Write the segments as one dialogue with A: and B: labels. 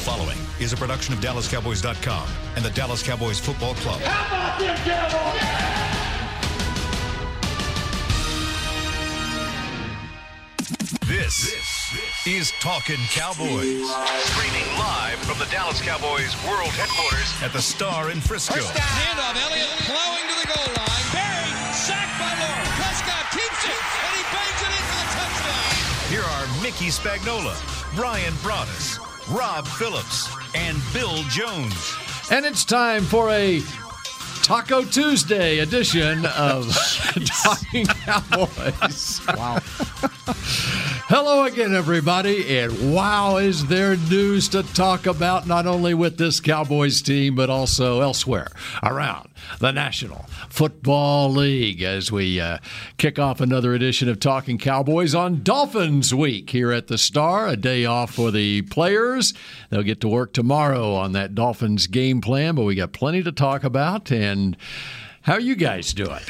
A: following is a production of DallasCowboys.com and the Dallas Cowboys Football Club.
B: How about them Cowboys?
A: This is Talkin' Cowboys. Streaming live from the Dallas Cowboys World Headquarters at the Star in Frisco.
C: Handoff, Elliott plowing to the goal line. Buried, sacked by Lawrence. Prescott keeps it, and he bangs it in for the touchdown.
A: Here are Mickey Spagnola, Brian Broaddus, Rob Phillips, and Bill Jones.
D: And it's time for a Taco Tuesday edition of Talking Cowboys. Wow. Hello again, everybody, and wow, is there news to talk about not only with this Cowboys team, but also elsewhere around the National Football League as we uh, kick off another edition of Talking Cowboys on Dolphins Week here at the Star, a day off for the players. They'll get to work tomorrow on that Dolphins game plan, but we got plenty to talk about. And how you guys doing?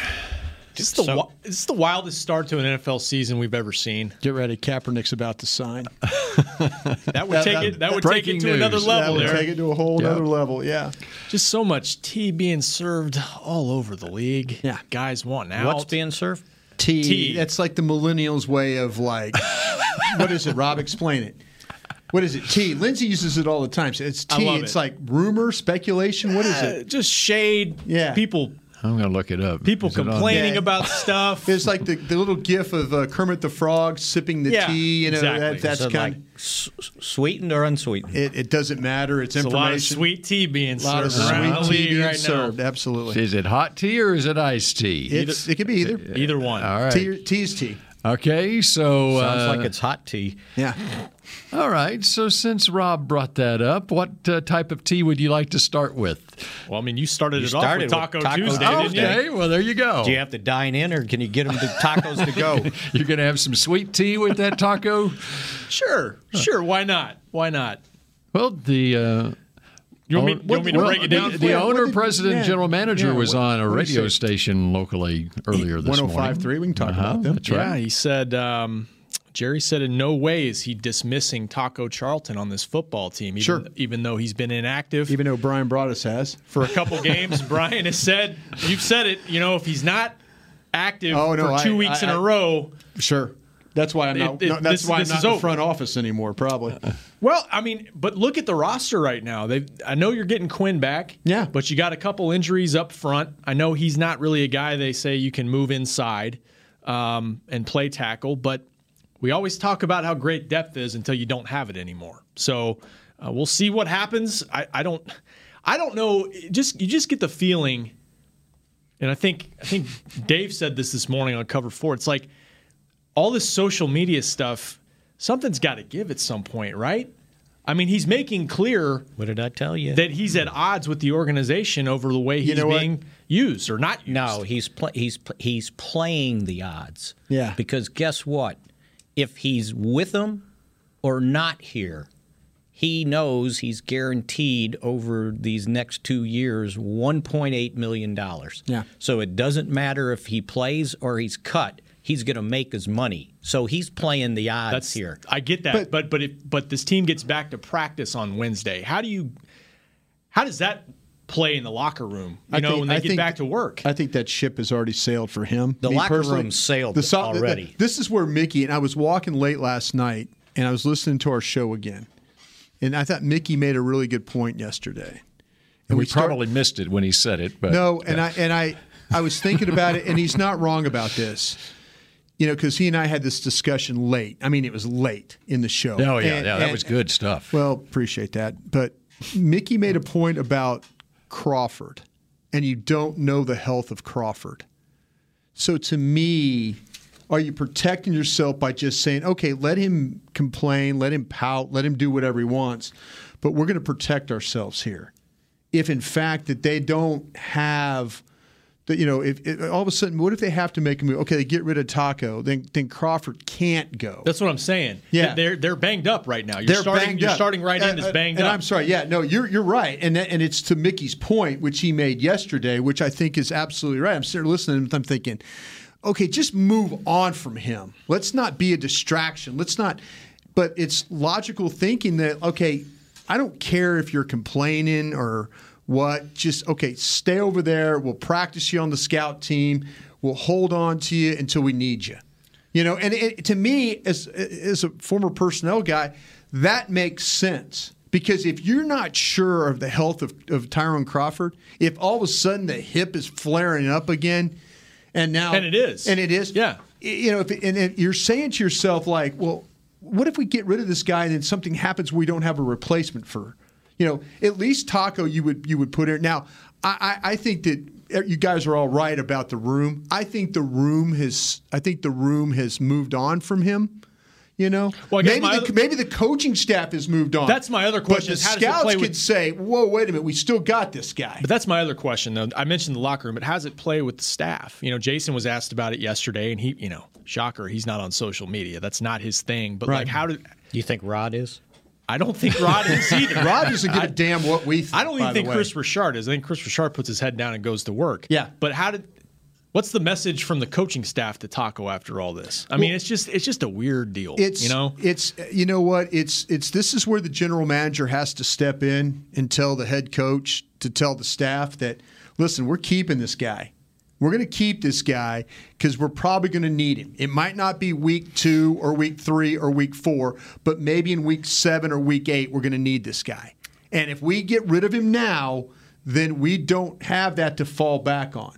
E: This is the
F: So-
E: wi- this is the wildest start to an NFL season we've ever seen.
F: Get ready, Kaepernick's about to sign.
E: That would take it. That would take
D: breaking
E: it to another
D: news.
E: level.
F: That would
E: there.
F: take it to a whole
D: Yeah.
F: other level. Yeah.
E: Just so much tea being served all over the league.
F: Yeah.
E: guys want out.
G: What's being served?
F: T.
E: Tea.
F: That's like the millennials' way of like, what is it, Rob? Explain it. What is it? Tea. Lindsay uses it all the time. So it's
E: I
F: tea.
E: love
F: It's
E: it.
F: like rumor, speculation. What is
E: Uh,
F: it?
E: just shade.
F: Yeah.
E: people
D: I'm going to look it up.
E: people
D: Is it on-
E: complaining
F: Yeah.
E: about stuff.
F: It's like the, the little gif of uh, Kermit the Frog sipping the
E: Yeah,
F: tea. You know,
E: exactly.
F: that, that's
G: So
F: kind.
G: like s- sweetened or unsweetened?
F: it, it doesn't matter. It's
E: There's a lot of
F: information.
E: sweet tea being
F: A lot of
E: served around the
F: sweet tea
E: league
F: being
E: right
F: served. Absolutely.
D: Is it hot tea or is it iced tea?
F: It's, it could be either.
E: now. Either one.
D: All right.
F: Tea, or- tea is tea.
D: Okay, so
G: Sounds
D: uh,
G: like it's hot tea.
F: Yeah.
D: all right. So since Rob brought that up, what uh, type of tea would you like to start with?
E: Well, I mean, you started
G: You
E: it
G: started with
E: off with
G: Taco
E: Taco, Tuesday,
F: Oh,
G: Tuesday.
E: didn't you?
D: okay, well there you go.
G: Do you have to dine in, or can you get them the tacos to go?
D: You're gonna have some sweet tea with that taco.
E: Sure, sure. Why not? Why not?
D: well, the. Uh,
E: You
F: Oh,
E: want me,
D: own-
E: you want me to
D: well,
E: break it
D: the-
E: down?
D: The,
E: for you?
F: what
D: owner,
F: did-
D: president,
F: yeah.
D: general manager
F: Yeah,
D: was
F: what-
D: on a
F: what did he
D: radio
F: say?
D: station locally earlier this morning.
F: 105.3, we can talk about them.
D: That's
E: Yeah,
D: right.
E: he said. Um, Jerry said, "In no way is he dismissing Taco Charlton on this football team. Even,
F: Sure.
E: even though he's been inactive
F: Even though Brian Broadus has.
E: for a couple games, Brian has said, "You've said it. You know, if he's not active
F: Oh, no,
E: for two
F: I-
E: weeks
F: I-
E: in a
F: I-
E: row,
F: Sure. That's why I'm not.
E: It- it-
F: no, that's
E: this-
F: why
E: this
F: I'm
E: is
F: not in
E: over.
F: the front office anymore.
D: Uh,
F: Probably.
E: Well, I mean, but look at the roster right now. They, I know you're getting Quinn back.
F: Yeah.
E: But you got a couple injuries up front. I know he's not really a guy they say you can move inside um, and play tackle, but we always talk about how great depth is until you don't have it anymore. So uh, we'll see what happens. I, I don't, I don't know. It Just you just get the feeling, and I think I think Dave said this this morning on Cover Four. It's like all this social media stuff, something's got to give at some point, right? I mean, he's making clear
G: What did I tell you?
E: that he's at odds with the organization over the way he's
F: know what?
E: being used or not used.
G: no, he's pl- he's pl- he's playing the odds.
F: Yeah.
G: Because guess what? If he's with them or not here, he knows he's guaranteed over these next two years $1.8 million.
F: Yeah.
G: So it doesn't matter if he plays or he's cut, he's going to make his money. So he's playing the odds
E: that's
G: here.
E: I get that, but but but, if, but this team gets back to practice on Wednesday. How do you? How does that play in the locker room? You
F: I
E: know,
F: think-
E: when they
F: I
E: get
F: think-
E: back to work.
F: I think that ship has already sailed for him.
G: The
F: Me
G: locker
F: personally,
G: room sailed already.
F: this is where Mickey and I was walking late last night, and I was listening to our show again, and I thought Mickey made a really good point yesterday.
D: And we,
F: we start-
D: probably missed it when he said it, but
F: No, and I and I I was thinking about it, and he's not wrong about this. You know, because he and I had this discussion late. I mean, it was late in the show.
D: Oh yeah,
F: And-
D: yeah, that
F: and-
D: was good stuff.
F: Well, appreciate that. But Mickey made a point about Crawford, and you don't know the health of Crawford. So to me, are you protecting yourself by just saying, okay, let him complain, let him pout, let him do whatever he wants, but we're going to protect ourselves here? If in fact that they don't have that you know, if, if all of a sudden, what if they have to make a move? Okay, they get rid of Taco, then then Crawford can't go.
E: that's what I'm saying.
F: Yeah.
E: they're they're banged up right now. You're
F: They're
E: starting.
F: banged
E: you're
F: up.
E: starting right in
F: Uh,
E: is
F: uh,
E: banged
F: and
E: up.
F: I'm sorry. Yeah, no, you're you're right, and that, and it's to Mickey's point, which he made yesterday, which I think is absolutely right. I'm sitting there listening, and I'm thinking, okay, just move on from him. Let's not be a distraction. Let's not. But it's logical thinking that okay, I don't care if you're complaining or what. Just okay, stay over there. We'll practice you on the scout team. We'll hold on to you until we need you. You know, and it, to me, as as a former personnel guy, that makes sense because if you're not sure of the health of, of Tyrone Crawford, if all of a sudden the hip is flaring up again, and now
E: And it is.
F: and it is,
E: Yeah.
F: y- You know, if, and, and you're saying to yourself like, well, what if we get rid of this guy and then something happens we don't have a replacement for? You know, at least Taco you would you would put in. Now, I, I, I think that er, you guys are all right about the room. I think the room has I think the room has moved on from him. You know,
E: Well, I guess
F: maybe
E: my
F: the,
E: other-
F: maybe the coaching staff has moved on.
E: That's my other question
F: But
E: is
F: the
E: how does it
F: scouts
E: play
F: could
E: with-
F: say, "Whoa, wait a minute, we still got this guy."
E: But that's my other question, though. I mentioned the locker room, but how's it play with the staff? You know, Jason was asked about it yesterday, and he, you know, shocker, he's not on social media. That's not his thing. But like, how did?
G: You think Rod is?
E: I don't think Rod is either.
F: Rod doesn't give a damn what we. Think,
E: I don't
F: by the
E: even think
F: way.
E: Chris Richard is. I think Chris Richard puts his head down and goes to work.
F: Yeah.
E: But how did? What's the message from the coaching staff to Taco after all this? I mean, it's just it's just a weird deal.
F: It's
E: you know,
F: it's you know what it's it's this is where the general manager has to step in and tell the head coach to tell the staff that listen, we're keeping this guy. We're going to keep this guy because we're probably going to need him. It might not be week two or week three or week four, but maybe in week seven or week eight, we're going to need this guy. And if we get rid of him now, then we don't have that to fall back on.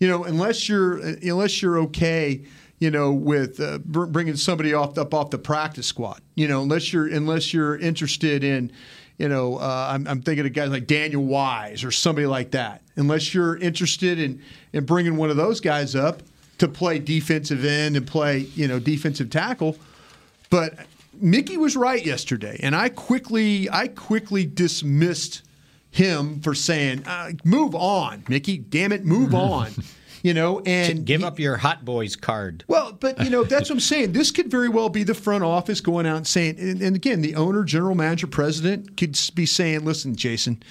F: You know, unless you're unless you're okay, you know, with uh, br- bringing somebody off up off the practice squad. You know, unless you're unless you're interested in, you know, uh, I'm, I'm thinking of guys like Daniel Wise or somebody like that. Unless you're interested in in bringing one of those guys up to play defensive end and play you know defensive tackle, but Mickey was right yesterday, and I quickly I quickly dismissed him for saying, uh, "Move on, Mickey. Damn it, move on." You know, and
G: Give
F: he-
G: up your hot boys card.
F: well, but you know that's what I'm saying. This could very well be the front office going out and saying, and, and again, the owner, general manager, president could s- be saying, "Listen, Jason,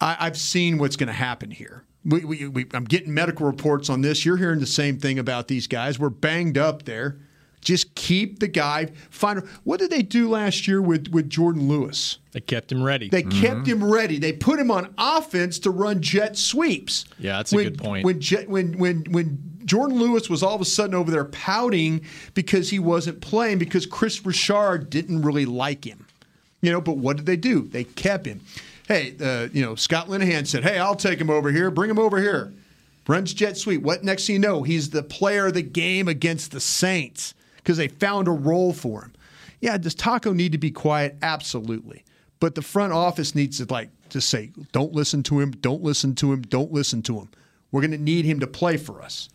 F: I, I've seen what's going to happen here. We, we, we, I'm getting medical reports on this. You're hearing the same thing about these guys. We're banged up there. Just keep the guy. Find what did they do last year with with Jordan Lewis?
E: they kept him ready. Mm-hmm.
F: They kept him ready. They put him on offense to run jet sweeps.
E: Yeah, that's a
F: when,
E: good point.
F: When jet, when when when Jordan Lewis was all of a sudden over there pouting because he wasn't playing because Chris Richard didn't really like him. You know, but what did they do? They kept him. Hey, uh, you know, Scott Linehan said, "Hey, I'll take him over here. Bring him over here." Runs jet sweep. What next? Thing you know, he's the player of the game against the Saints because they found a role for him. Yeah, does Taco need to be quiet? Absolutely. But the front office needs to like just say, don't listen to him, don't listen to him, don't listen to him. We're going to need him to play for us,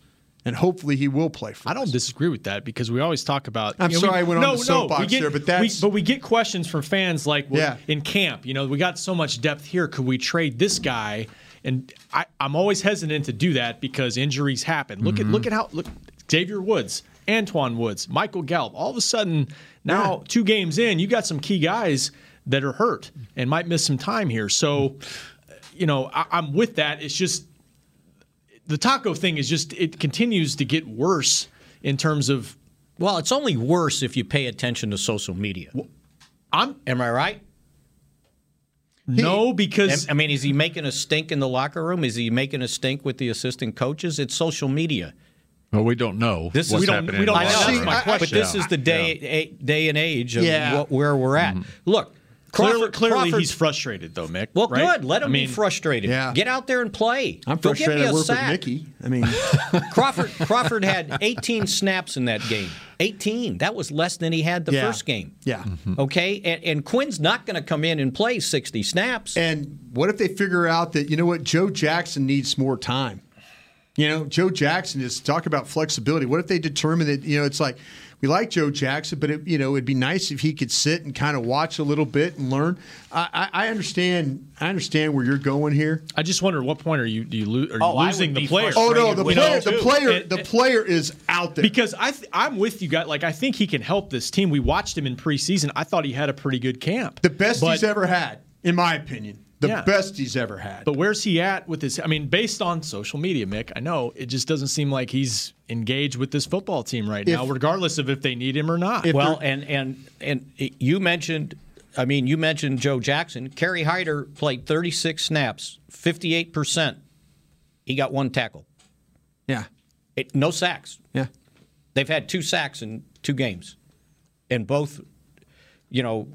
F: and hopefully he will play for
E: I
F: us.
E: don't disagree with that because we always talk about.
F: I'm sorry I went on
E: no,
F: the
E: no,
F: soapbox
E: we get-
F: there, but
E: we-
F: that's-
E: but we get questions from fans like, well,
F: Yeah.
E: in camp, you know, we got so much depth here. Could we trade this guy? And I, I'm always hesitant to do that because injuries happen. Look at
G: Mm-hmm.
E: look at how look Xavier Woods, Antoine Woods, Michael Gallup. All of a sudden, now two games in, you got some key guys that are hurt and might miss some time here. So, you know, I, I'm with that. It's just the taco thing is just it continues to get worse in terms of
G: Well, it's only worse if you pay attention to social media.
E: I'm
G: Am I right?
E: no
G: Am-
E: because
G: I mean, is he making a stink in the locker room? Is he making a stink with the assistant coaches? It's social media.
B: Well, we don't know.
G: This is-
B: what's
G: we don't-
B: happening
E: we don't
B: in the
E: know.
B: locker
E: That's
B: room.
E: my
G: But
E: question.
G: this is the day a- day and age of
F: Yeah.
G: what, where we're at.
F: Mm-hmm.
G: Look,
E: clearly,
G: Crawford-
E: clearly
G: Crawford-
E: he's frustrated though, Mick.
G: Well,
E: right?
G: good. Let him
E: I mean,
G: be frustrated.
F: Yeah.
G: Get out there and play.
F: I'm
G: Go get me
F: frustrated. I
G: a
F: work with
G: sack.
F: Mickey. I mean,
G: Crawford Crawford had 18 snaps in that game. 18. That was less than he had the
F: Yeah. Mm-hmm.
G: first game.
F: yeah.
G: Okay, and, and Quinn's not going to come in and play 60 snaps.
F: And what if they figure out that you know what Joe Jackson needs more time? You know, Joe Jackson is talk about flexibility. What if they determine that you know it's like we like Joe Jackson, but it, you know it'd be nice if he could sit and kind of watch a little bit and learn. I, I, I understand. I understand where you're going here.
E: I just wonder at what point are you do you lo- are you
G: Oh, I
E: losing
G: would
E: the
G: be
E: player?
F: Oh no, the
E: You
F: player,
E: know,
F: the player,
E: and-
F: the player is out there.
E: Because I th- I'm with you guys. Like I think he can help this team. We watched him in preseason. I thought he had a pretty good camp.
F: the best
E: but,
F: he's ever had, in my opinion, the
E: Yeah.
F: best he's ever had.
E: But where's he at with his? I mean, based on social media, Mick, I know it just doesn't seem like he's engaged with this football team right now, regardless of if they need him or not.
G: well, and and and you mentioned I mean, you mentioned Joe Jackson. Kerry Hyder played 36 snaps, 58%. He got one tackle.
B: Yeah.
G: It, no sacks.
B: Yeah.
G: They've had two sacks in two games. And both, you know,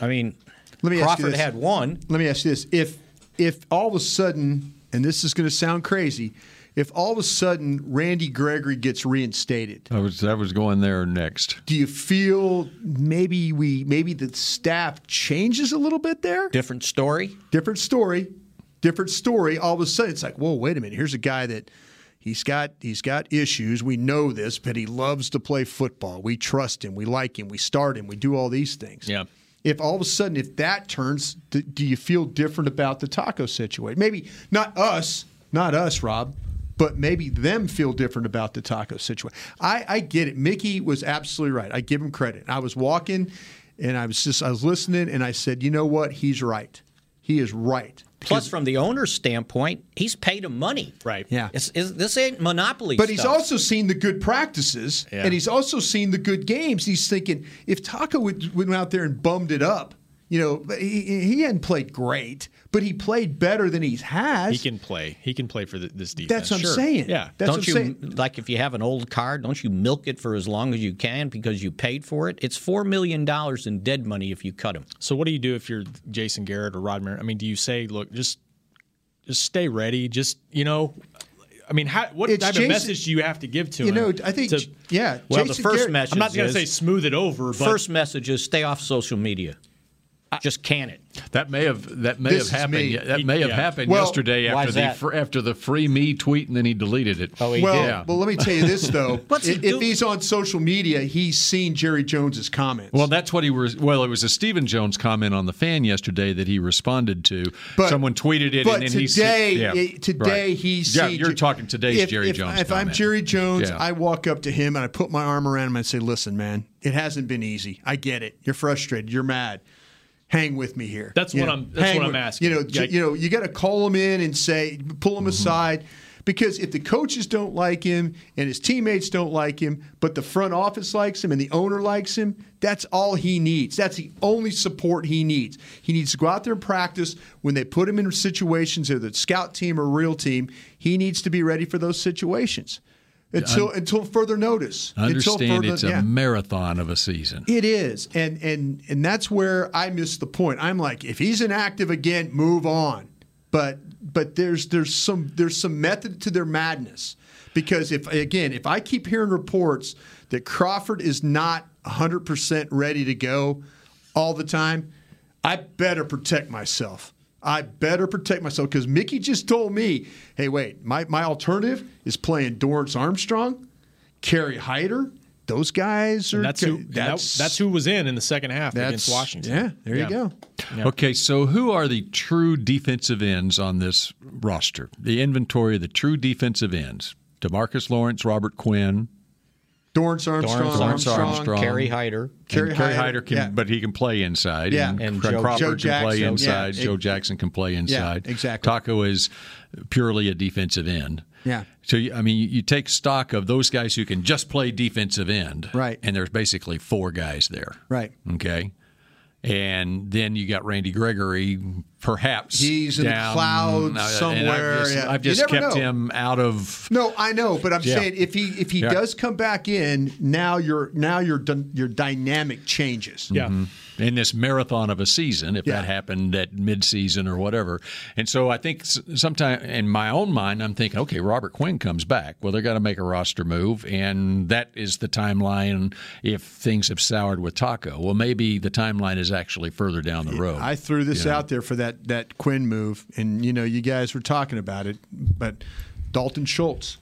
G: I mean,
F: Let me ask you
G: Crawford
F: this.
G: had one.
F: Let me ask you this: if if all of a sudden, and this is going to sound crazy, if all of a sudden Randy Gregory gets reinstated,
D: I was, I was going there next.
F: do you feel maybe we maybe the staff changes a little bit there?
G: Different story.
F: different story, different story. All of a sudden, it's like, whoa, wait a minute. Here's a guy that he's got he's got issues. We know this, but he loves to play football. We trust him. We like him. We start him. We do all these things.
E: Yeah.
F: If all of a sudden, if that turns, d do you feel different about the taco situation? Maybe not us, not us, Rob. But maybe them feel different about the taco situation. I, I get it. Mickey was absolutely right. I give him credit. I was walking, and I was just I was listening, and I said, you know what? He's right. He is right.
G: Plus, from the owner's standpoint, he's paid him money.
E: Right.
B: Yeah.
G: It's, it's, this ain't monopoly
F: But he's
G: stuff.
F: also seen the good practices,
E: Yeah.
F: and he's also seen the good games. He's thinking if Taco would, went out there and bummed it up, you know, but he, he hadn't played great, but he played better than he has.
E: He can play. He can play for th this defense.
F: That's what I'm
E: Sure.
F: saying.
E: Yeah.
F: That's
G: don't
F: what I'm
G: you
F: saying.
G: like if you have an old card? Don't you milk it for as long as you can because you paid for it? It's four million dollars in dead money if you cut him.
E: So what do you do if you're Jason Garrett or Rod Marin? I mean, do you say, look, just just stay ready, just you know, I mean, how, what
F: It's
E: type
F: Jason-
E: of message do you have to give to
F: you
E: him?
F: know, I think
E: to-
F: yeah.
G: Well, the
F: Jason
G: first
F: Garrett-
G: message
E: I'm not going
G: is-
E: to say smooth it over, but
G: First message is stay off social media. Just can it.
D: That may have that may
F: This
D: have
F: is
D: happened.
F: me.
D: ye- That may have
E: Yeah.
D: happened
F: Well,
D: yesterday
G: why
D: after
G: is
D: the
G: that?
D: fr- after the free me tweet, and then he deleted it. Oh,
F: well,
D: Yeah.
F: well, let me tell you this though:
G: What's he
F: if,
G: do-
F: if he's on social media, he's seen Jerry Jones's comments.
D: Well, that's what he was. Well, it was a Stephen Jones comment on the fan yesterday that he responded to. Someone tweeted it,
F: but
D: and then he
F: today,
D: said- yeah,
F: it- today
D: right.
F: he's.
D: Yeah, you're talking today's Jerry Jones.
F: If I'm
D: comment.
F: Jerry Jones,
D: Yeah.
F: I walk up to him and I put my arm around him and I say, "Listen, man, it hasn't been easy. I get it. You're frustrated. You're mad. Hang with me here.
E: That's
F: You
E: what
F: know,
E: I'm- that's
F: hang
E: what I'm
F: with-
E: asking.
F: You know, j-
E: Like-
F: you know, you got to call him in and say, pull
D: Mm-hmm.
F: him aside. Because if the coaches don't like him and his teammates don't like him, but the front office likes him and the owner likes him, that's all he needs. That's the only support he needs. He needs to go out there and practice. When they put him in situations, whether it's scout team or real team, he needs to be ready for those situations until until further notice. until
D: understand
F: further,
D: it's a
F: yeah.
D: marathon of a season.
F: It is, and and and that's where I miss the point. I'm like, if he's inactive again, move on. But but there's there's some there's some method to their madness because if again if I keep hearing reports that Crawford is not 100 percent ready to go all the time, I better protect myself. I better protect myself because Mickey just told me, hey, wait, my, my alternative is playing Dorrance Armstrong, Kerry Hyder. Those guys are
E: that's who that- that's, who was in in the second half against Washington.
F: Yeah, there you go.
D: Okay, so who are the true defensive ends on this roster? The inventory of the true defensive ends: Demarcus Lawrence, Robert Quinn,
F: Dorrance Armstrong,
D: Dorrance Armstrong.
G: Carrie Hyder.
F: Kerry
D: and Kerry
F: Hyder,
D: Hyder can,
F: yeah.
D: but he can play inside.
F: Yeah.
D: and,
G: And
D: Cra-
G: Joe-
D: Crawford
F: Joe
D: can play
F: Jackson,
D: inside.
F: yeah.
D: Joe Jackson can play inside.
F: exactly.
D: Taco is purely a defensive end.
F: Yeah.
D: So you- I mean, you- you take stock of those guys who can just play defensive end.
F: Right.
D: And there's basically four guys there.
F: Right.
D: Okay. And then you got Randy Gregory, perhaps
F: He's in the
D: down- uh,
F: clouds
D: and I've just-
F: somewhere,
D: I've just,
F: yeah. You never
D: kept
F: know.
D: him out of.
F: No, I know, but I'm
D: Yeah.
F: saying if he if he
D: Yeah.
F: does come back in, now your now your dy- your dynamic changes.
E: Yeah.
D: in this marathon of a season, if
F: Yeah.
D: that happened at midseason or whatever. And so I think sometimes in my own mind, I'm thinking, okay, Robert Quinn comes back. Well, they're going to make a roster move, and that is the timeline if things have soured with Taco. Well, maybe the timeline is actually further down the road.
F: I threw this out there for that that Quinn move, and you know you guys were talking about it, but Dalton Schultz.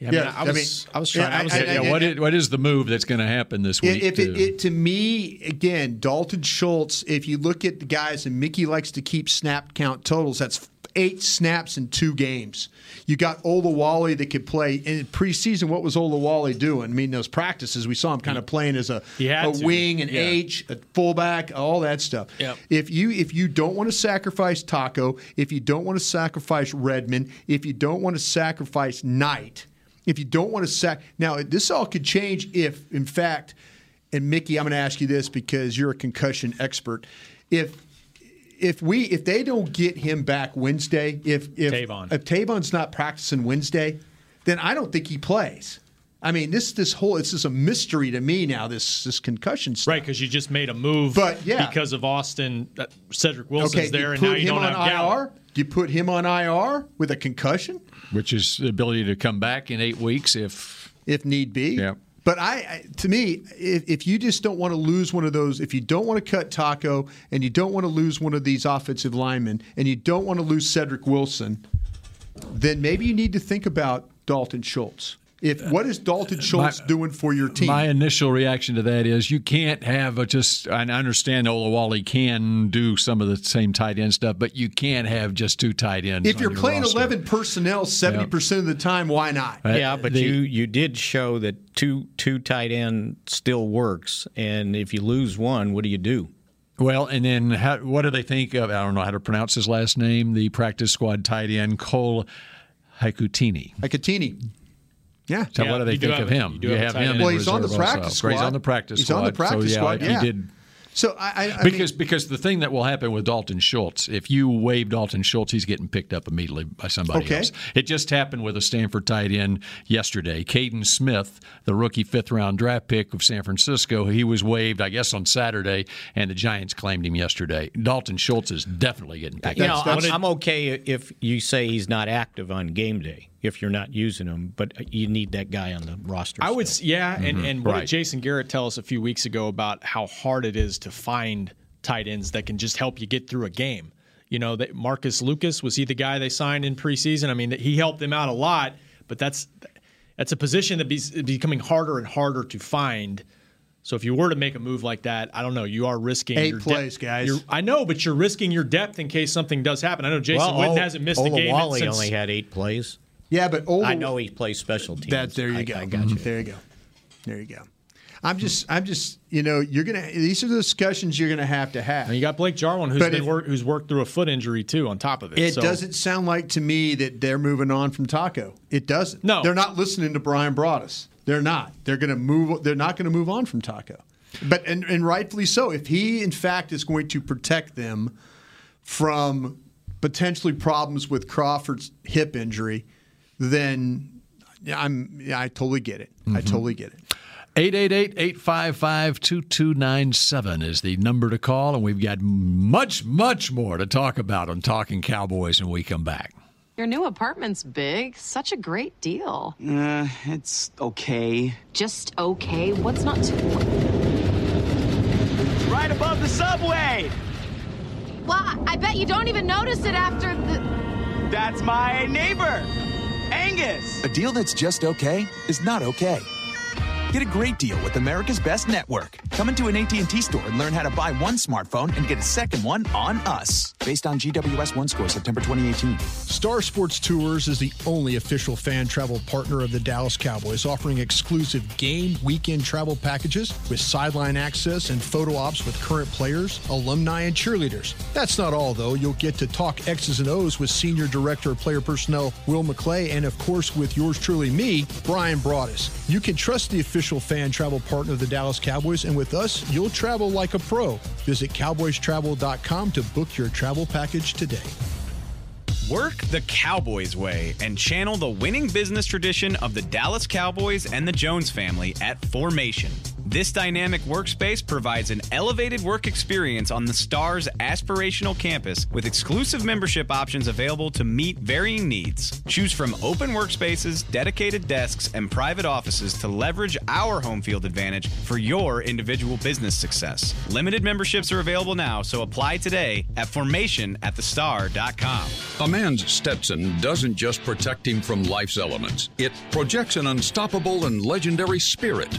E: Yeah, I, mean, I was I, was trying.
F: yeah,
E: I was
F: I-
E: like,
F: I-
E: yeah,
D: yeah,
F: I-
E: what-
D: what is, what is the move that's going to happen this week?
F: If it,
D: to-
F: it, to me, again, Dalton Schultz, if you look at the guys, and Mickey likes to keep snap count totals, that's eight snaps in two games. You got Olawale that could play in preseason. What was Olawale doing? I mean, those practices, we saw him kind of playing as a,
E: He had
F: a
E: to.
F: wing, an
E: Yeah.
F: H, a fullback, all that stuff.
E: Yep.
F: If you if you don't want to sacrifice Taco, if you don't want to sacrifice Redmond, if you don't want to sacrifice Knight, if you don't want to sac now this all could change if in fact and Mickey, I'm going to ask you this because you're a concussion expert. If if we if they don't get him back Wednesday, if if
E: Tavon.
F: if Tavon's not practicing Wednesday, then I don't think he plays. I mean, this this whole it's just a mystery to me now. This this concussion stuff.
E: Right, because you just made a move
F: But, yeah.
E: because of Austin. that Cedric Wilson's
F: Okay, do
E: there,
F: you
E: and now
F: put
E: you
F: him
E: don't
F: on
E: have
F: IR.
E: Gallup.
F: Do you put him on IR with a concussion?
D: which is the ability to come back in eight weeks if
F: if need be.
D: Yeah.
F: But I, I to me, if, if you just don't want to lose one of those, if you don't want to cut Taco and you don't want to lose one of these offensive linemen and you don't want to lose Cedric Wilson, then maybe you need to think about Dalton Schultz. If what is Dalton Schultz doing for your team?
D: Uh, My initial reaction to that is you can't have a just. And I understand Olawale can do some of the same tight end stuff, but you can't have just two tight ends.
F: if
D: on
F: you're
D: your
F: playing
D: roster.
F: 11 personnel 70% of the time, why not?
D: Uh,
G: yeah, but
D: the-
G: you you did show that two two tight end still works, and if you lose one, what do you do?
D: well, and then how, what do they think of? I don't know how to pronounce his last name. The practice squad tight end Cole Haikutini.
F: Ikatini. Yeah.
D: So
E: Yeah,
D: what do they
E: you do
D: think
E: have
D: of
E: a-
D: him?
E: you do have a tight
D: him.
E: end.
D: in
F: Well, he's on the
D: reserve also.
F: practice
D: Well, He's on
F: squad.
D: the practice
F: He's
D: squad.
F: on the practice
D: so, yeah,
F: squad, yeah.
D: He did
F: So I, I, I
D: because
F: mean,
D: because the thing that will happen with Dalton Schultz, if you waive Dalton Schultz, he's getting picked up immediately by somebody
F: Okay.
D: else. It just happened with a Stanford tight end yesterday. Caden Smith, the rookie fifth round draft pick of San Francisco, he was waived, I guess, on Saturday, and the Giants claimed him yesterday. Dalton Schultz is definitely getting picked
G: You
D: up.
G: know,
E: that's-
G: I'm, I'm okay if you say he's not active on game day if you're not using him, but uh, you need that guy on the roster.
E: I would,
G: still.
E: s- yeah,
G: Mm-hmm.
E: and, and what
D: Right.
E: did Jason Garrett tell us a few weeks ago about how hard it is to find tight ends that can just help you get through a game? You know, that Marcus Lucas was he the guy they signed in preseason? I mean, that he helped them out a lot, but that's that's a position that is becoming harder and harder to find. So if you were to make a move like that, I don't know, you are risking
F: Eight
E: your
F: plays, guys.
E: you're- I know, but you're risking your depth in case something does happen. I know Jason
G: Well,
E: Witten
G: Ola-
E: hasn't missed a game
G: Olawale
E: since
G: only had eight plays.
F: yeah, but Ola,
G: I know he plays special teams.
F: That there you
G: I-
F: go. Mm-hmm.
G: I got you.
F: There you go. There you go. I'm just I'm just you know you're gonna these are the discussions you're gonna have to have.
E: And you got Blake Jarwin, who's
F: But
E: been
F: if-
E: work, who's worked through a foot injury too. On top of it,
F: it
E: So-
F: doesn't sound like to me that they're moving on from Taco. It doesn't.
E: No.
F: they're not listening to Brian Broaddus. They're not. They're gonna move. They're not gonna move on from Taco. But and, and rightfully so. If he in fact is going to protect them from potentially problems with Crawford's hip injury, then I'm I totally get it.
E: Mm-hmm.
F: I totally get it.
D: 888-855-2297 is the number to call, and we've got much, much more to talk about on Talking Cowboys when we come back.
B: Your new apartment's big. Such a great deal.
H: Uh, It's okay.
B: Just okay. What's not to.
H: Right above the subway!
B: Well, I bet you don't even notice it after the.
H: That's my neighbor, Angus!
I: A deal that's just okay is not okay. Get a great deal with America's Best Network. Come into an AT&T store and learn how to buy one smartphone and get a second one on us. Based on GWS 1 score September 2018.
J: Star Sports Tours is the only official fan travel partner of the Dallas Cowboys, offering exclusive game weekend travel packages with sideline access and photo ops with current players, alumni, and cheerleaders. That's not all, though. You'll get to talk X's and O's with Senior Director of Player Personnel Will McClay, and of course, with yours truly, me, Brian Broaddus. You can trust the official fan travel partner of the Dallas Cowboys, and with us, you'll travel like a pro. Visit cowboystravel.com to book your travel package today.
K: Work the Cowboys way and channel the winning business tradition of the Dallas Cowboys and the Jones family at Formation. This dynamic workspace provides an elevated work experience on the Stars aspirational campus with exclusive membership options available to meet varying needs. Choose from open workspaces, dedicated desks, and private offices to leverage our home field advantage for your individual business success. Limited memberships are available now, so apply today at formation at thestar.com.
L: A man's Stetson doesn't just protect him from life's elements, it projects an unstoppable and legendary spirit,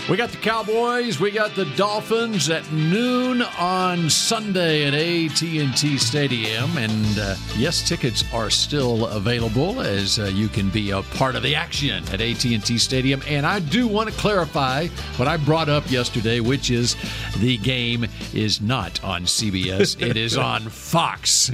D: We got the Cowboys. We got the Dolphins at noon on Sunday at AT&T Stadium, and uh, yes, tickets are still available as uh, you can be a part of the action at AT&T Stadium. And I do want to clarify what I brought up yesterday, which is the game is not on CBS. it is on Fox.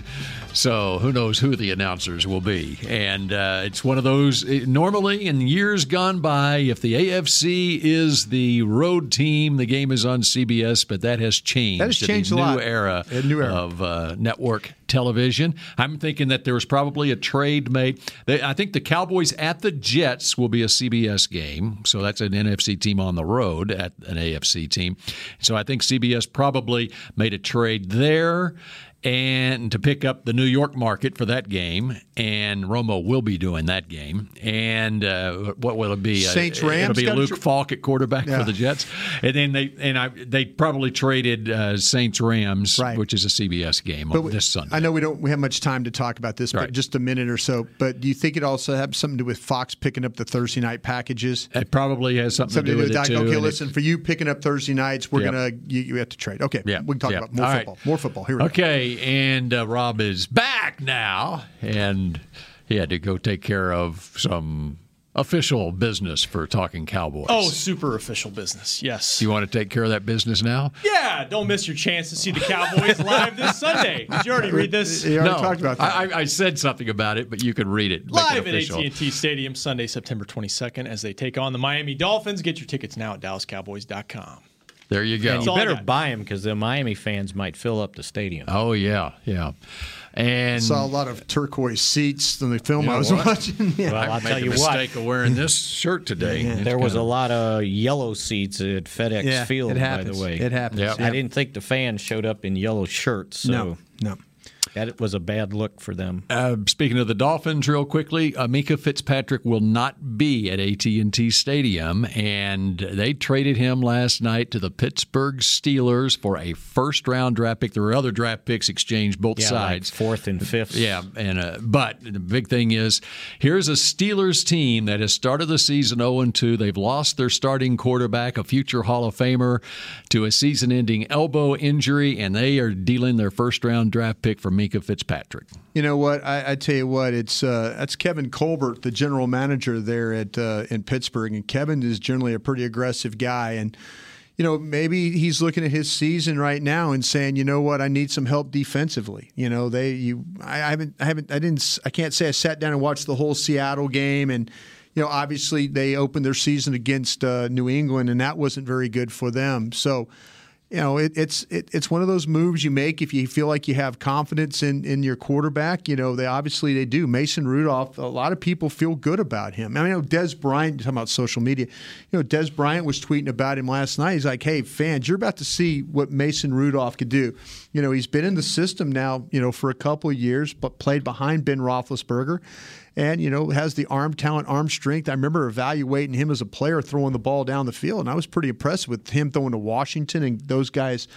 D: So who knows who the announcers will be? And uh, it's one of those. it- normally, in years gone by, if the AFC is the road team, the game is on CBS. But that has changed.
F: That has
D: to
F: changed
D: the
F: a
D: new
F: lot.
D: Era
F: A new era.
D: of uh, network television. I'm thinking that there was probably a trade made. They, I think the Cowboys at the Jets will be a CBS game, so that's an NFC team on the road at an AFC team. So I think CBS probably made a trade there. And to pick up the New York market for that game, and Romo will be doing that game. And uh, what will it be? Uh,
F: Saints
D: It'll
F: Rams
D: be
F: got a
D: Luke
F: tr-
D: Falk at quarterback
F: Yeah.
D: for the Jets, and then they and I they probably traded uh, Saints Rams, which is a CBS game on
F: we-
D: this Sunday.
F: I know we don't we have much time to talk about this, but just a minute or so. But do you think it also has something to do with Fox picking up the Thursday night packages?
D: It probably has something, to do with,
F: like,
D: it too.
F: okay,
D: and it-
F: listen, for you picking up Thursday nights, we're
D: Yep.
F: gonna you, you have to trade. Okay,
D: Yeah,
F: we can talk
D: yeah.
F: about more
D: All right.
F: football. More football. Here we go.
D: okay, and uh, Rob is back now, and he had to go take care of some official business for Talking Cowboys.
E: Oh, super official business. Yes.
D: you want to take care of that business now?
E: Yeah, don't miss your chance to see the Cowboys live this Sunday. Did you already read this?
D: No, I, I- I said something about it, but you can read it. Make it
E: Live at
D: official.
E: AT&T Stadium Sunday, September 22nd, as they take on the Miami Dolphins. Get your tickets now at DallasCowboys.com.
D: There you go.
E: That's
G: you
E: all I
G: better
E: got.
G: buy them because the Miami fans might fill up the stadium.
D: Oh yeah, yeah. And
F: Saw a lot of turquoise seats in the film
G: You know
F: I was
G: what?
F: watching. Yeah.
G: Well, I'll
D: made
G: tell
D: the
G: you
D: mistake
G: what.
D: of wearing this shirt today. It's
G: There was
D: kinda-
G: a lot of yellow seats at FedEx
F: Yeah,
G: Field,
F: it
G: by
F: happens.
G: the way.
F: It happens, Yep.
G: I
F: yep.
G: didn't think the fans showed up in yellow shirts. So
F: No, no.
G: That was a bad look for them.
D: Uh, speaking of the Dolphins, real quickly, Amika Fitzpatrick will not be at AT&T Stadium, and they traded him last night to the Pittsburgh Steelers for a first-round draft pick. There were other draft picks exchanged both
G: Yeah, like
D: sides.
G: fourth and fifth.
D: Yeah, and uh, but the big thing is here's a Steelers team that has started the season 0 2. They've lost their starting quarterback, a future Hall of Famer, to a season ending elbow injury, and they are dealing their first round draft pick for Mika Fitzpatrick.
F: You know what? I, I tell you what, it's uh, that's Kevin Colbert, the general manager there at uh, in Pittsburgh, and Kevin is generally a pretty aggressive guy, and you know maybe he's looking at his season right now and saying, you know what, I need some help defensively. You know, they you I, I haven't I haven't I didn't s- I can't say I sat down and watched the whole Seattle game and. You know, obviously they opened their season against uh, New England, and that wasn't very good for them. So, you know, it, it's it, it's one of those moves you make if you feel like you have confidence in, in your quarterback. You know, they obviously they do. Mason Rudolph, a lot of people feel good about him. I mean, I know Des Bryant talking about social media. You know, Des Bryant was tweeting about him last night. He's like, "Hey, fans, you're about to see what Mason Rudolph could do." You know, he's been in the system now, you know, for a couple of years, but played behind Ben Roethlisberger and you know has the arm talent, arm strength. I remember evaluating him as a player throwing the ball down the field, and I was pretty impressed with him throwing to Washington and those guys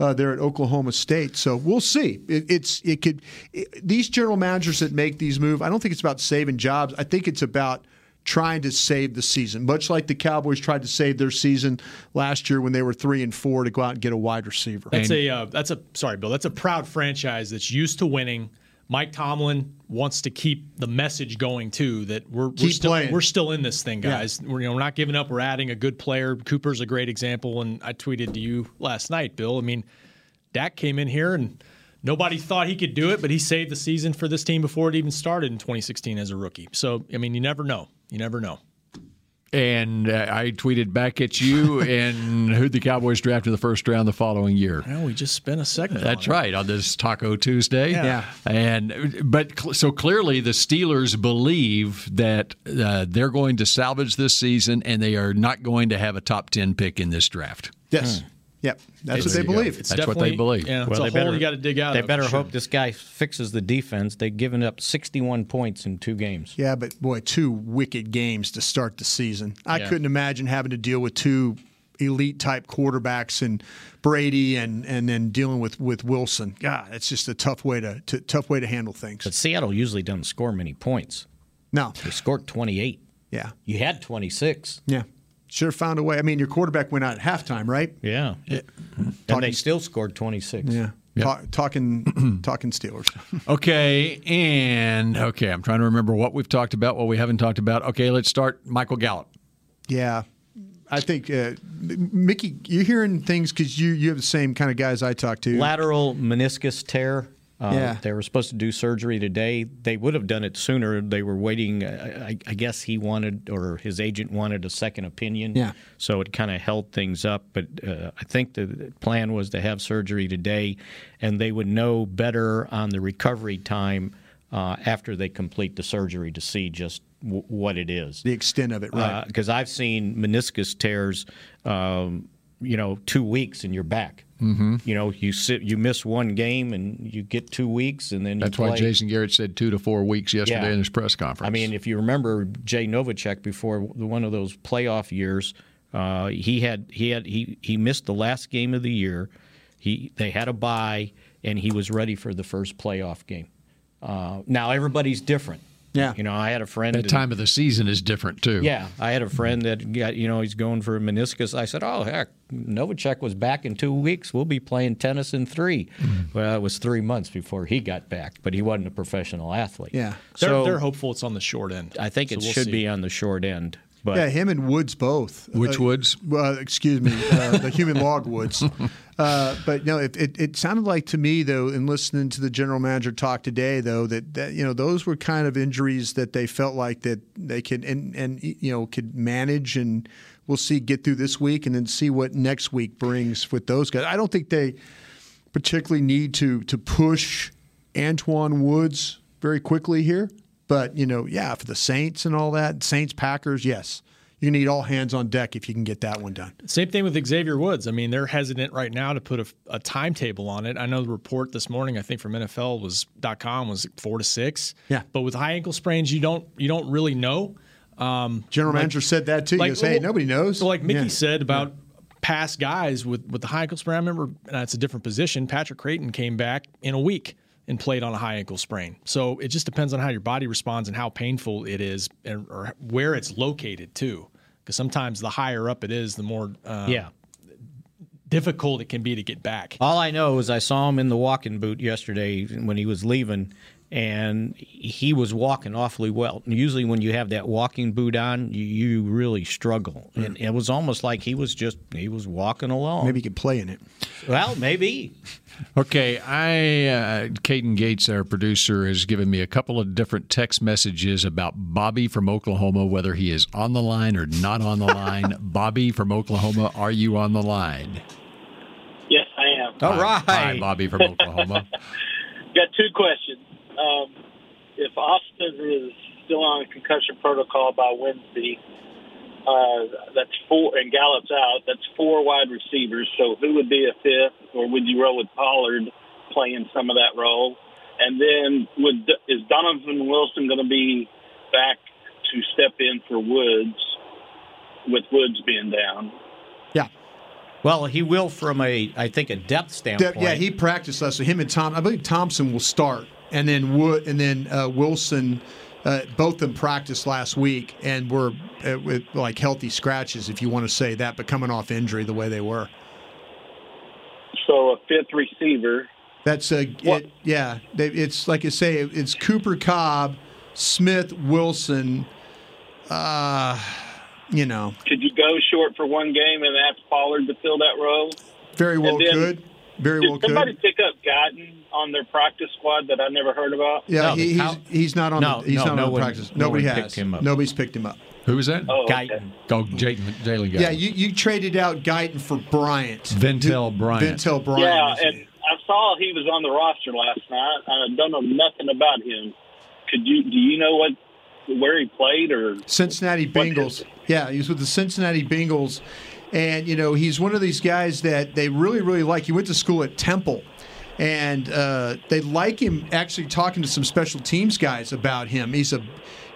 F: uh, there at Oklahoma State. So we'll see. It, it's it could it- these general managers that make these move. I don't think it's about saving jobs. I think it's about trying to save the season, much like the Cowboys tried to save their season last year when they were three and four to go out and get a wide receiver.
E: That's a uh, that's a sorry, Bill. That's a proud franchise that's used to winning. Mike Tomlin wants to keep the message going too that we're we're
F: Keep
E: still,
F: playing.
E: we're still in this thing,
F: Yeah.
E: guys. We're, you know, we're not giving up. We're adding a good player. Cooper's a great example, and I tweeted to you last night, Bill. I mean, Dak came in here and nobody thought he could do it, but he saved the season for this team before it even started in 2016 as a rookie. So I mean, you never know. You never know.
D: And uh, I tweeted back at you and who the Cowboys draft in the first round the following year.
E: Well, we just spent a second.
D: That's right on this Taco Tuesday.
E: Yeah.
D: And but cl- so clearly the Steelers believe that uh, they're going to salvage this season and they are not going to have a top 10 pick in this draft.
F: Yes. Yep. That's
D: So
F: what they
D: Hmm. there you go.
F: believe.
D: That's what they believe.
G: Well, they better- They better
E: sure.
G: hope this guy fixes the defense. They've given up 61 points in two games.
F: Yeah, but boy, two wicked games to start the season. I
G: Yeah.
F: couldn't imagine having to deal with two elite type quarterbacks and Brady and and then dealing with with Wilson. God, it's just a tough way to, to tough way to handle things.
G: But Seattle usually doesn't score many points.
F: No.
G: They scored 28.
F: Yeah.
G: You had 26.
F: Yeah. Should have found a way. I mean, your quarterback went out at halftime, right?
G: Yeah. and they still scored 26.
F: Yeah. Ta- talking, talking Steelers.
D: Okay, and okay, I'm trying to remember what we've talked about, what we haven't talked about. Okay, let's start Michael Gallup.
F: Yeah, I think uh, M- Mickey, you're hearing things because you you have the same kind of guys I talk to.
G: Lateral meniscus tear. Uh,
F: Yeah.
G: They were supposed to do surgery today. They would have done it sooner. They were waiting. I, I- I guess he wanted, or his agent wanted, a second opinion.
F: Yeah.
G: So it kind of held things up. But uh, I think the plan was to have surgery today, and they would know better on the recovery time uh, after they complete the surgery to see just w- what it is
F: the extent of it, right?
G: because Uh, I've seen meniscus tears, um, you know, two weeks and you're back. Mm-hmm. You know, you sit, you miss one game and you get two weeks, and then you
D: That's
G: play.
D: why Jason Garrett said two to four weeks yesterday
G: Yeah.
D: in his press conference.
G: I mean, if you remember Jay Novacek before one of those playoff years, uh, he had he had he he missed the last game of the year. He they had a bye, and he was ready for the first playoff game. Uh, now everybody's different.
F: Yeah.
G: you know, I had a friend
D: that
G: who-
D: time of the season is different too.
G: yeah, I had a friend that got you know he's going for a meniscus. I said, "Oh heck, Novacek was back in two weeks. We'll be playing tennis in three. Well, it was three months before he got back, but he wasn't a professional athlete.
F: Yeah.
E: They're,
G: so
E: they're hopeful it's on the short end.
G: I think it
E: So we'll
G: should
E: see.
G: be on the short end. But
F: yeah, him and Woods both.
D: Which
F: Uh,
D: Woods?
F: Well, excuse me, uh, the human log Woods. Uh, but no, it, it, it sounded like to me though, in listening to the general manager talk today, though that, that you know those were kind of injuries that they felt like that they could and and you know could manage, and we'll see get through this week, and then see what next week brings with those guys. I don't think they particularly need to to push Antoine Woods very quickly here. But you know, yeah, for the Saints and all that, Saints Packers, yes, you need all hands on deck if you can get that one done.
E: Same thing with Xavier Woods. I mean, they're hesitant right now to put a, a timetable on it. I know the report this morning, I think from NFL was .com was four to six.
F: Yeah.
E: But with high ankle sprains, you don't you don't really know. Um,
F: General
E: like-
F: manager said that too. He goes, hey,
E: well,
F: nobody knows.
E: So like Mickey
F: Yeah.
E: said about past guys with with the high ankle sprain. I remember and it's a different position. Patrick Creighton came back in a week and played on a high ankle sprain. So it just depends on how your body responds and how painful it is and or where it's located too. Because sometimes the higher up it is, the more uh,
G: yeah,
E: difficult it can be to get back.
G: All I know is I saw him in the walking boot yesterday when he was leaving, and he was walking awfully well. And usually, when you have that walking boot on, you, you really struggle. And it was almost like he was just he was walking along.
F: Maybe you could play in it.
G: Well, maybe.
D: Okay, I uh, Caden Gates, our producer, has given me a couple of different text messages about Bobby from Oklahoma, whether he is on the line or not on the line. Bobby from Oklahoma, are you on the line?
M: Yes, I am.
D: All right, hi, Bobby from Oklahoma.
M: Got two questions. Um, if Austin is still on concussion protocol by Wednesday, uh, that's four, and Gallup's out. That's four wide receivers. So who would be a fifth, or would you roll with Pollard playing some of that role? And then would is Donovan Wilson going to be back to step in for Woods with Woods being down?
G: Well, he will from a I think a depth standpoint.
F: Yeah, he practiced last. So him and Tom, I believe Thompson will start, and then Wood, and then uh, Wilson. Uh, both of them practiced last week and were uh, with like healthy scratches, if you want to say that, but coming off injury the way they were.
M: So a fifth receiver.
F: That's a it, yeah. They, it's like I say, it's Cooper Cobb, Smith, Wilson. Uh, you know,
M: Could you go short for one game and ask Pollard to fill that role?
F: very well
M: And then-
F: could, very
M: Did
F: well
M: somebody
F: could.
M: pick up Gotten on their practice squad that I never heard about?
F: Yeah,
G: No,
F: he,
G: the
F: he's,
G: cow-
F: he's not on.
G: No,
F: the, he's
G: no,
F: not
G: no
F: on
G: one-
F: practice.
G: no
F: Nobody
G: one
F: has.
G: picked him up.
F: Nobody's picked him up.
D: Who was that?
M: Oh, okay.
G: Guyton.
D: Go, Jalen Jalen.
F: Yeah, you, you traded out Guyton for Bryant.
D: Ventel Bryant.
F: Ventel Bryant.
M: yeah,
F: is-
M: and I saw he was on the roster last night. I don't know nothing about him. Could you? Do you know what where he played or?
F: Cincinnati Bengals. Yeah, he was with the Cincinnati Bengals. And, you know, he's one of these guys that they really, really like. He went to school at Temple. And uh, they like him actually talking to some special teams guys about him. He's a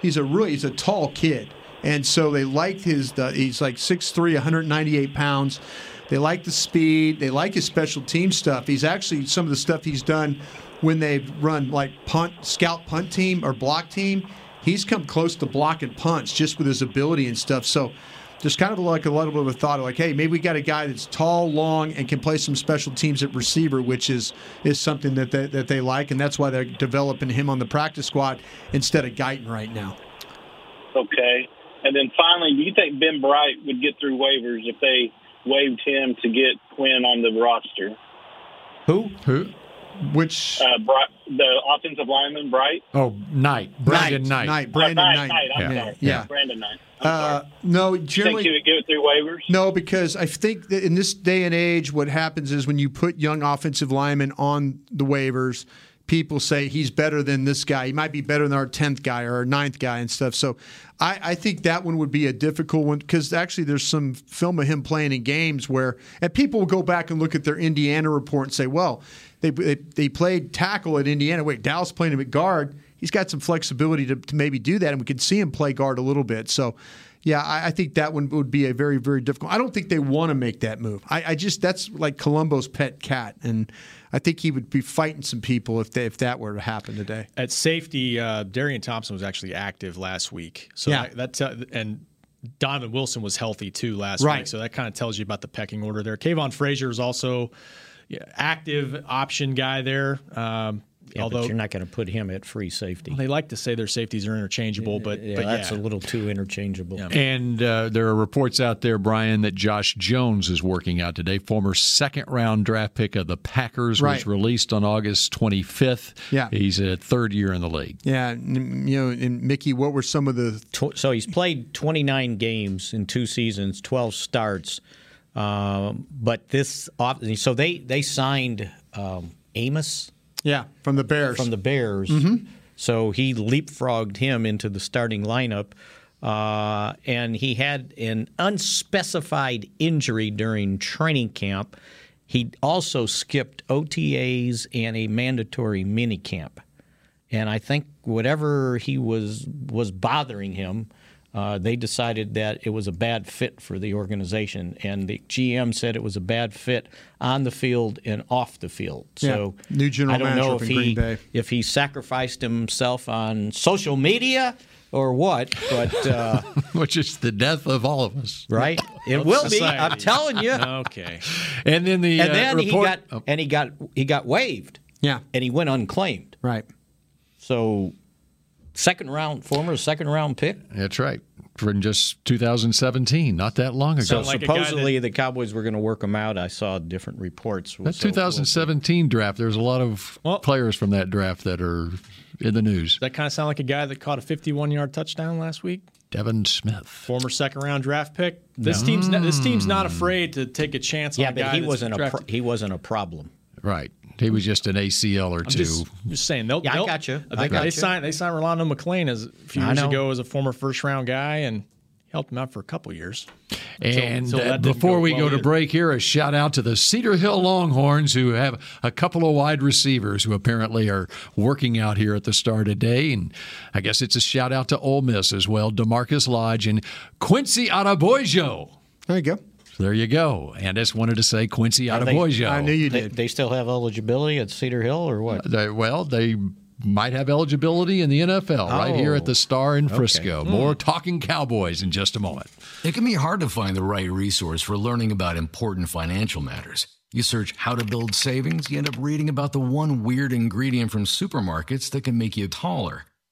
F: he's a really he's a tall kid. And so they like his the, he's like 6'3, 198 pounds. They like the speed. They like his special team stuff. He's actually some of the stuff he's done when they've run like punt, scout punt team or block team. He's come close to blocking punts just with his ability and stuff. So Just kind of like a little bit of a thought, like, hey, maybe we got a guy that's tall, long, and can play some special teams at receiver, which is is something that they, that they like, and that's why they're developing him on the practice squad instead of Guyton right now.
M: Okay. And then finally, do you think Ben Bright would get through waivers if they waived him to get Quinn on the roster?
F: Who? Who? Which?
M: Uh, Bright, the offensive lineman, Bright?
D: Oh, Knight. Brandon Knight.
F: Knight. Brandon
M: Uh,
F: Knight.
M: I'm
F: Yeah.
M: sorry.
F: Yeah.
M: Brandon Knight.
F: Uh, no,
M: Do you think
F: generally.
M: he would get it through waivers?
F: No, because I think that in this day and age, what happens is when you put young offensive linemen on the waivers, people say he's better than this guy. He might be better than our tenth guy or our ninth guy and stuff. So I, I think that one would be a difficult one because actually there's some film of him playing in games where and people will go back and look at their Indiana report and say, well, they they, they played tackle at Indiana. Wait, Dallas playing him at guard. He's got some flexibility to, to maybe do that, and we could see him play guard a little bit. So. Yeah, I, I think that one would be a very, very difficult. I don't think they want to make that move. I, I just that's like Colombo's pet cat, and I think he would be fighting some people if they, if that were to happen today.
E: At safety, uh, Darian Thompson was actually active last week. So
F: Yeah.
E: that, that te- and Donovan Wilson was healthy too last
F: Right.
E: week. So that kind of tells you about the pecking order there. Kayvon Frazier is also yeah, active option guy there. Um,
G: Yeah,
E: although
G: but you're not going to put him at free safety.
E: they like to say their safeties are interchangeable, but
G: yeah,
E: but
G: that's
E: yeah.
G: a little too interchangeable.
D: And uh, there are reports out there, Brian, that Josh Jones is working out today. Former second round draft pick of the Packers was
F: Right.
D: released on August 25th.
F: Yeah.
D: He's a third year in the league.
F: Yeah, and, you know, and Mickey, what were some of the
G: Tw- so he's played 29 games in two seasons, 12 starts. Um, but this off, so they they signed um, Amos
F: yeah from the Bears
G: from the Bears. So he leapfrogged him into the starting lineup, uh, and he had an unspecified injury during training camp. He also skipped OTAs and a mandatory minicamp. and I think whatever he was was bothering him. Uh, they decided that it was a bad fit for the organization, and the GM said it was a bad fit on the field and off the field.
F: Yeah.
G: So
F: New general
G: I don't know
F: manager up
G: if
F: in
G: he
F: Green Bay.
G: if he sacrificed himself on social media or what, but uh,
D: Which is the death of all of us.
G: right, it will be. I'm telling you.
E: okay.
D: And then the
G: And
D: uh,
G: then
D: report.
G: he got and he got he got waived
F: yeah
G: and he went unclaimed.
F: right
G: So second round, former second round pick.
D: That's right. From just 2017, not that long ago.
G: So
E: like a guy
G: supposedly the Cowboys were going to work him out. I saw different reports.
D: that
G: So-
D: 2017 draft, there's a lot of players from that draft that are in the news.
E: That kind of sound like a guy that caught a 51-yard touchdown last week.
D: Devin Smith.
E: Former second-round draft pick. This team's not, this team's not afraid to take a chance.
G: Yeah,
E: on a guy
G: but he
E: that's
G: wasn't a
E: drafted.
G: pro- he wasn't a problem.
D: Right. He was just an ACL or
E: I'm
D: two.
E: just, just saying. They'll,
G: Yeah, I
E: they'll- uh,
G: gotcha.
E: They,
G: I
E: they
G: gotcha.
E: signed. They signed Rolando McClain as a few
G: I
E: years
G: know.
E: ago as a former first round guy and helped him out for a couple years. Until-
D: And
E: until
D: uh,
E: that didn't
D: before we
E: well
D: go to
E: either.
D: break here, a shout out to the Cedar Hill Longhorns who have a couple of wide receivers who apparently are working out here at the star today. And I guess it's a shout out to Ole Miss as well, Demarcus Lodge and Quincy Arabojo.
F: there you go.
D: So there you go. And I just wanted to say Quincy Arabojo.
F: I knew you
G: They,
F: did.
G: they still have eligibility at Cedar Hill or what?
D: They, well, they might have eligibility in the NFL right here
F: Oh.
D: at the Star in Frisco.
F: Hmm.
D: More talking Cowboys in just a moment.
N: It can be hard to find the right resource for learning about important financial matters. You search how to build savings, you end up reading about the one weird ingredient from supermarkets that can make you taller.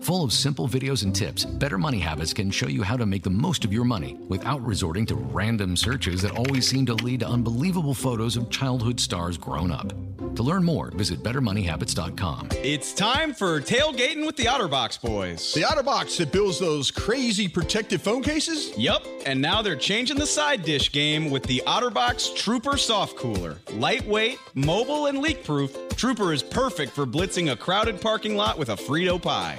N: Full of simple videos and tips, Better Money Habits can show you how to make the most of your money without resorting to random searches that always seem to lead to unbelievable photos of childhood stars grown up. To learn more, visit BetterMoneyHabits.com.
K: It's time for tailgating with the Otterbox boys.
J: The OtterBox that builds those crazy protective phone cases?
K: Yup, and now they're changing the side dish game with the Otterbox Trooper Soft Cooler. Lightweight, mobile, and leak proof, Trooper is perfect for blitzing a crowded parking lot with a Frito pie.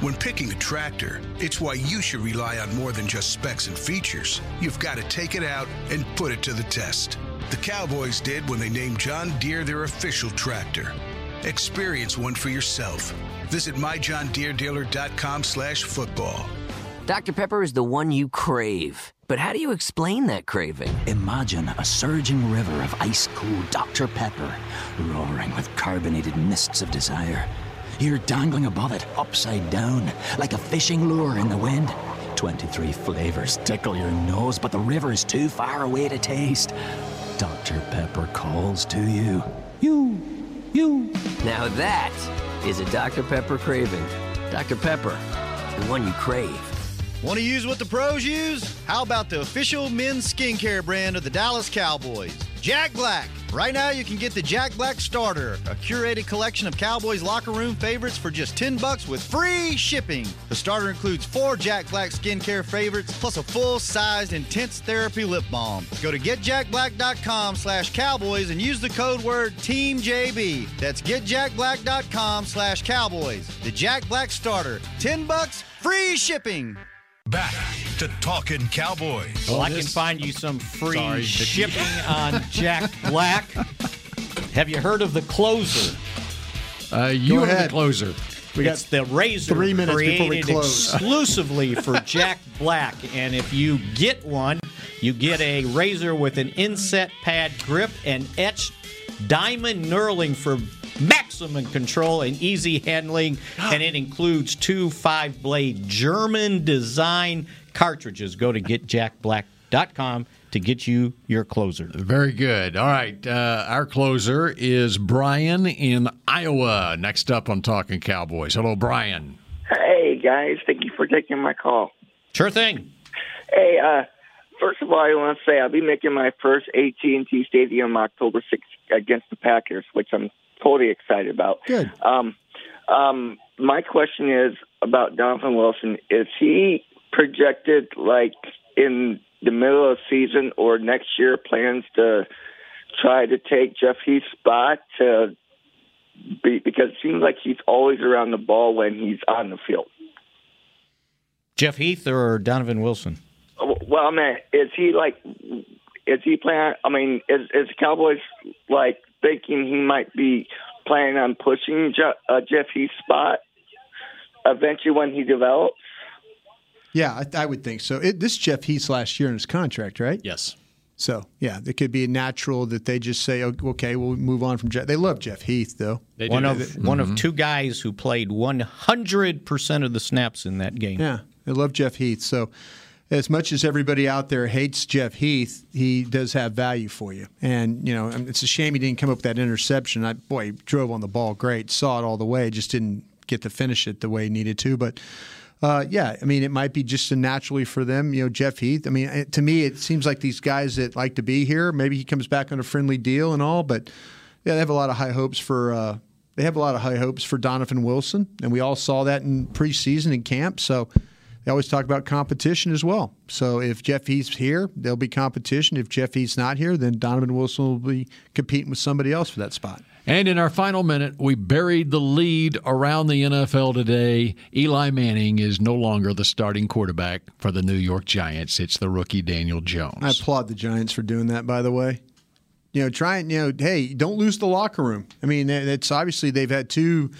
O: When picking a tractor, it's why you should rely on more than just specs and features. You've got to take it out and put it to the test. The Cowboys did when they named John Deere their official tractor. Experience one for yourself. Visit myjohndeeredealer.com slash football.
P: Dr. Pepper is the one you crave. But how do you explain that craving?
Q: Imagine a surging river of ice cool Dr. Pepper, roaring with carbonated mists of desire. You're dangling above it, upside down, like a fishing lure in the wind. 23 flavors tickle your nose, but the river is too far away to taste. Dr. Pepper calls to you. You, you.
P: Now that is a Dr. Pepper craving. Dr. Pepper, the one you crave.
R: Want to use what the pros use? How about the official men's skincare brand of the Dallas Cowboys, Jack Black? Right now, you can get the Jack Black Starter, a curated collection of Cowboys locker room favorites for just 10 bucks with free shipping. The starter includes four Jack Black skincare favorites plus a full-sized intense therapy lip balm. Go to getjackblack.com slash cowboys and use the code word TEAMJB. That's getjackblack.com slash cowboys. The Jack Black Starter, 10 bucks, free shipping.
A: Back to Talking Cowboys.
G: Well, I can find you some free
A: Sorry, Vicky.
G: shipping on Jack Black. Have you heard of the closer?
D: Uh, you are the closer.
G: We got the razor
D: three minutes before we
G: created
D: close.
G: exclusively for Jack Black, and if you get one, you get a razor with an inset pad grip and etched diamond knurling for maximum control and easy handling,
D: Ah.
G: and it includes two five-blade German design cartridges. Go to getjackblack.com to get you your closer.
D: Very good. All right. Uh, our closer is Brian in Iowa. Next up on Talking Cowboys. Hello, Brian.
S: Hey guys, thank you for taking my call.
G: Sure thing.
S: Hey, uh, first of all, I want to say I'll be making my first AT&T Stadium October 6th against the Packers, which I'm totally excited about.
F: Good.
S: Um, um, my question is about Donovan Wilson. Is he projected like in the middle of season or next year? Plans to try to take Jeff Heath's spot to be, because it seems like he's always around the ball when he's on the field.
G: Jeff Heath or Donovan Wilson?
S: Uh, Well, I mean, is he like? Is he planning? I mean, is is the Cowboys like thinking he might be planning on pushing Je- uh, Jeff Heath's spot eventually when he develops?
F: Yeah, I, I would think so. It, this is Jeff Heath last year in his contract, right?
G: Yes.
F: So yeah, it could be natural that they just say, "Oh, "Okay, we'll move on from Jeff." They love Jeff Heath, though.
G: one of one
D: Mm-hmm.
G: of two guys who played 100% of the snaps in that game.
F: Yeah, they love Jeff Heath. So as much as everybody out there hates Jeff Heath, he does have value for you. And you know, I mean, it's a shame he didn't come up with that interception. I boy, he drove on the ball great, saw it all the way, just didn't get to finish it the way he needed to, but. Uh, yeah, I mean, it might be just a naturally for them. You know, Jeff Heath. I mean, it, to me, it seems like these guys that like to be here. Maybe he comes back on a friendly deal and all, but yeah, they have a lot of high hopes for. Uh, they have a lot of high hopes for Donovan Wilson, and we all saw that in preseason in camp. So they always talk about competition as well. So if Jeff Heath's here, there'll be competition. If Jeff Heath's not here, then Donovan Wilson will be competing with somebody else for that spot.
D: And in our final minute, we buried the lead around the NFL today. Eli Manning is no longer the starting quarterback for the New York Giants. It's the rookie Daniel Jones.
F: I applaud the Giants for doing that, by the way. You know, try and, you know, hey, don't lose the locker room. I mean, that- that's obviously they've had two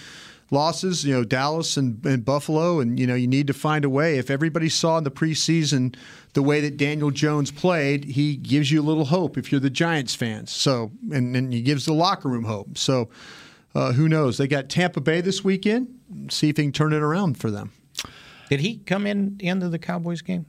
F: losses, you know, Dallas and, and Buffalo, and, you know, you need to find a way. If everybody saw in the preseason the way that Daniel Jones played, he gives you a little hope if you're the Giants fans. So, and, and he gives the locker room hope. So, uh, who knows? They got Tampa Bay this weekend. See if he can turn it around for them.
G: Did he come in into the Cowboys game?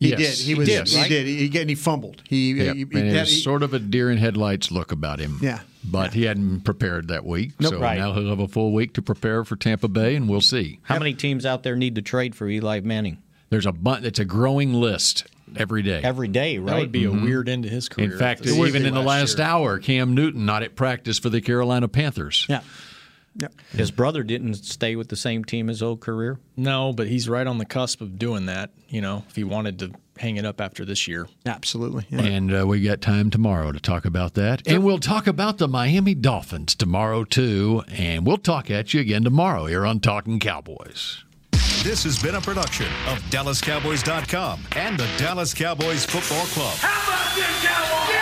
F: He
D: Yes.
F: did. He
D: He
F: was. He
D: did,
F: did.
D: right?
F: He, he, and he fumbled. He,
D: Yep.
F: he,
D: And
F: he-
D: it
F: that-
D: was
F: he-
D: sort of a deer in headlights look about him.
F: Yeah.
D: But he hadn't prepared that week.
G: Nope.
D: So
G: Right.
D: now he'll have a full week to prepare for Tampa Bay, and we'll see.
G: How many teams out there need to trade for Eli Manning?
D: There's a bunch. It's a growing list every day.
G: Every day, right?
D: That would be a weird
E: end to his
D: Mm-hmm. In fact, even in the last hour, Cam Newton not at practice for the Carolina Panthers.
F: Yeah.
G: His brother didn't stay with the same team his whole career.
E: No, but he's right on the cusp of doing that. You know, if he wanted to hang it up after this year.
F: Absolutely.
D: And uh, we got time tomorrow to talk about that. And we'll talk about the Miami Dolphins tomorrow, too. And we'll talk at you again tomorrow here on Talking Cowboys.
A: This has been a production of DallasCowboys.com and the Dallas Cowboys Football Club.
C: How about this, Cowboys?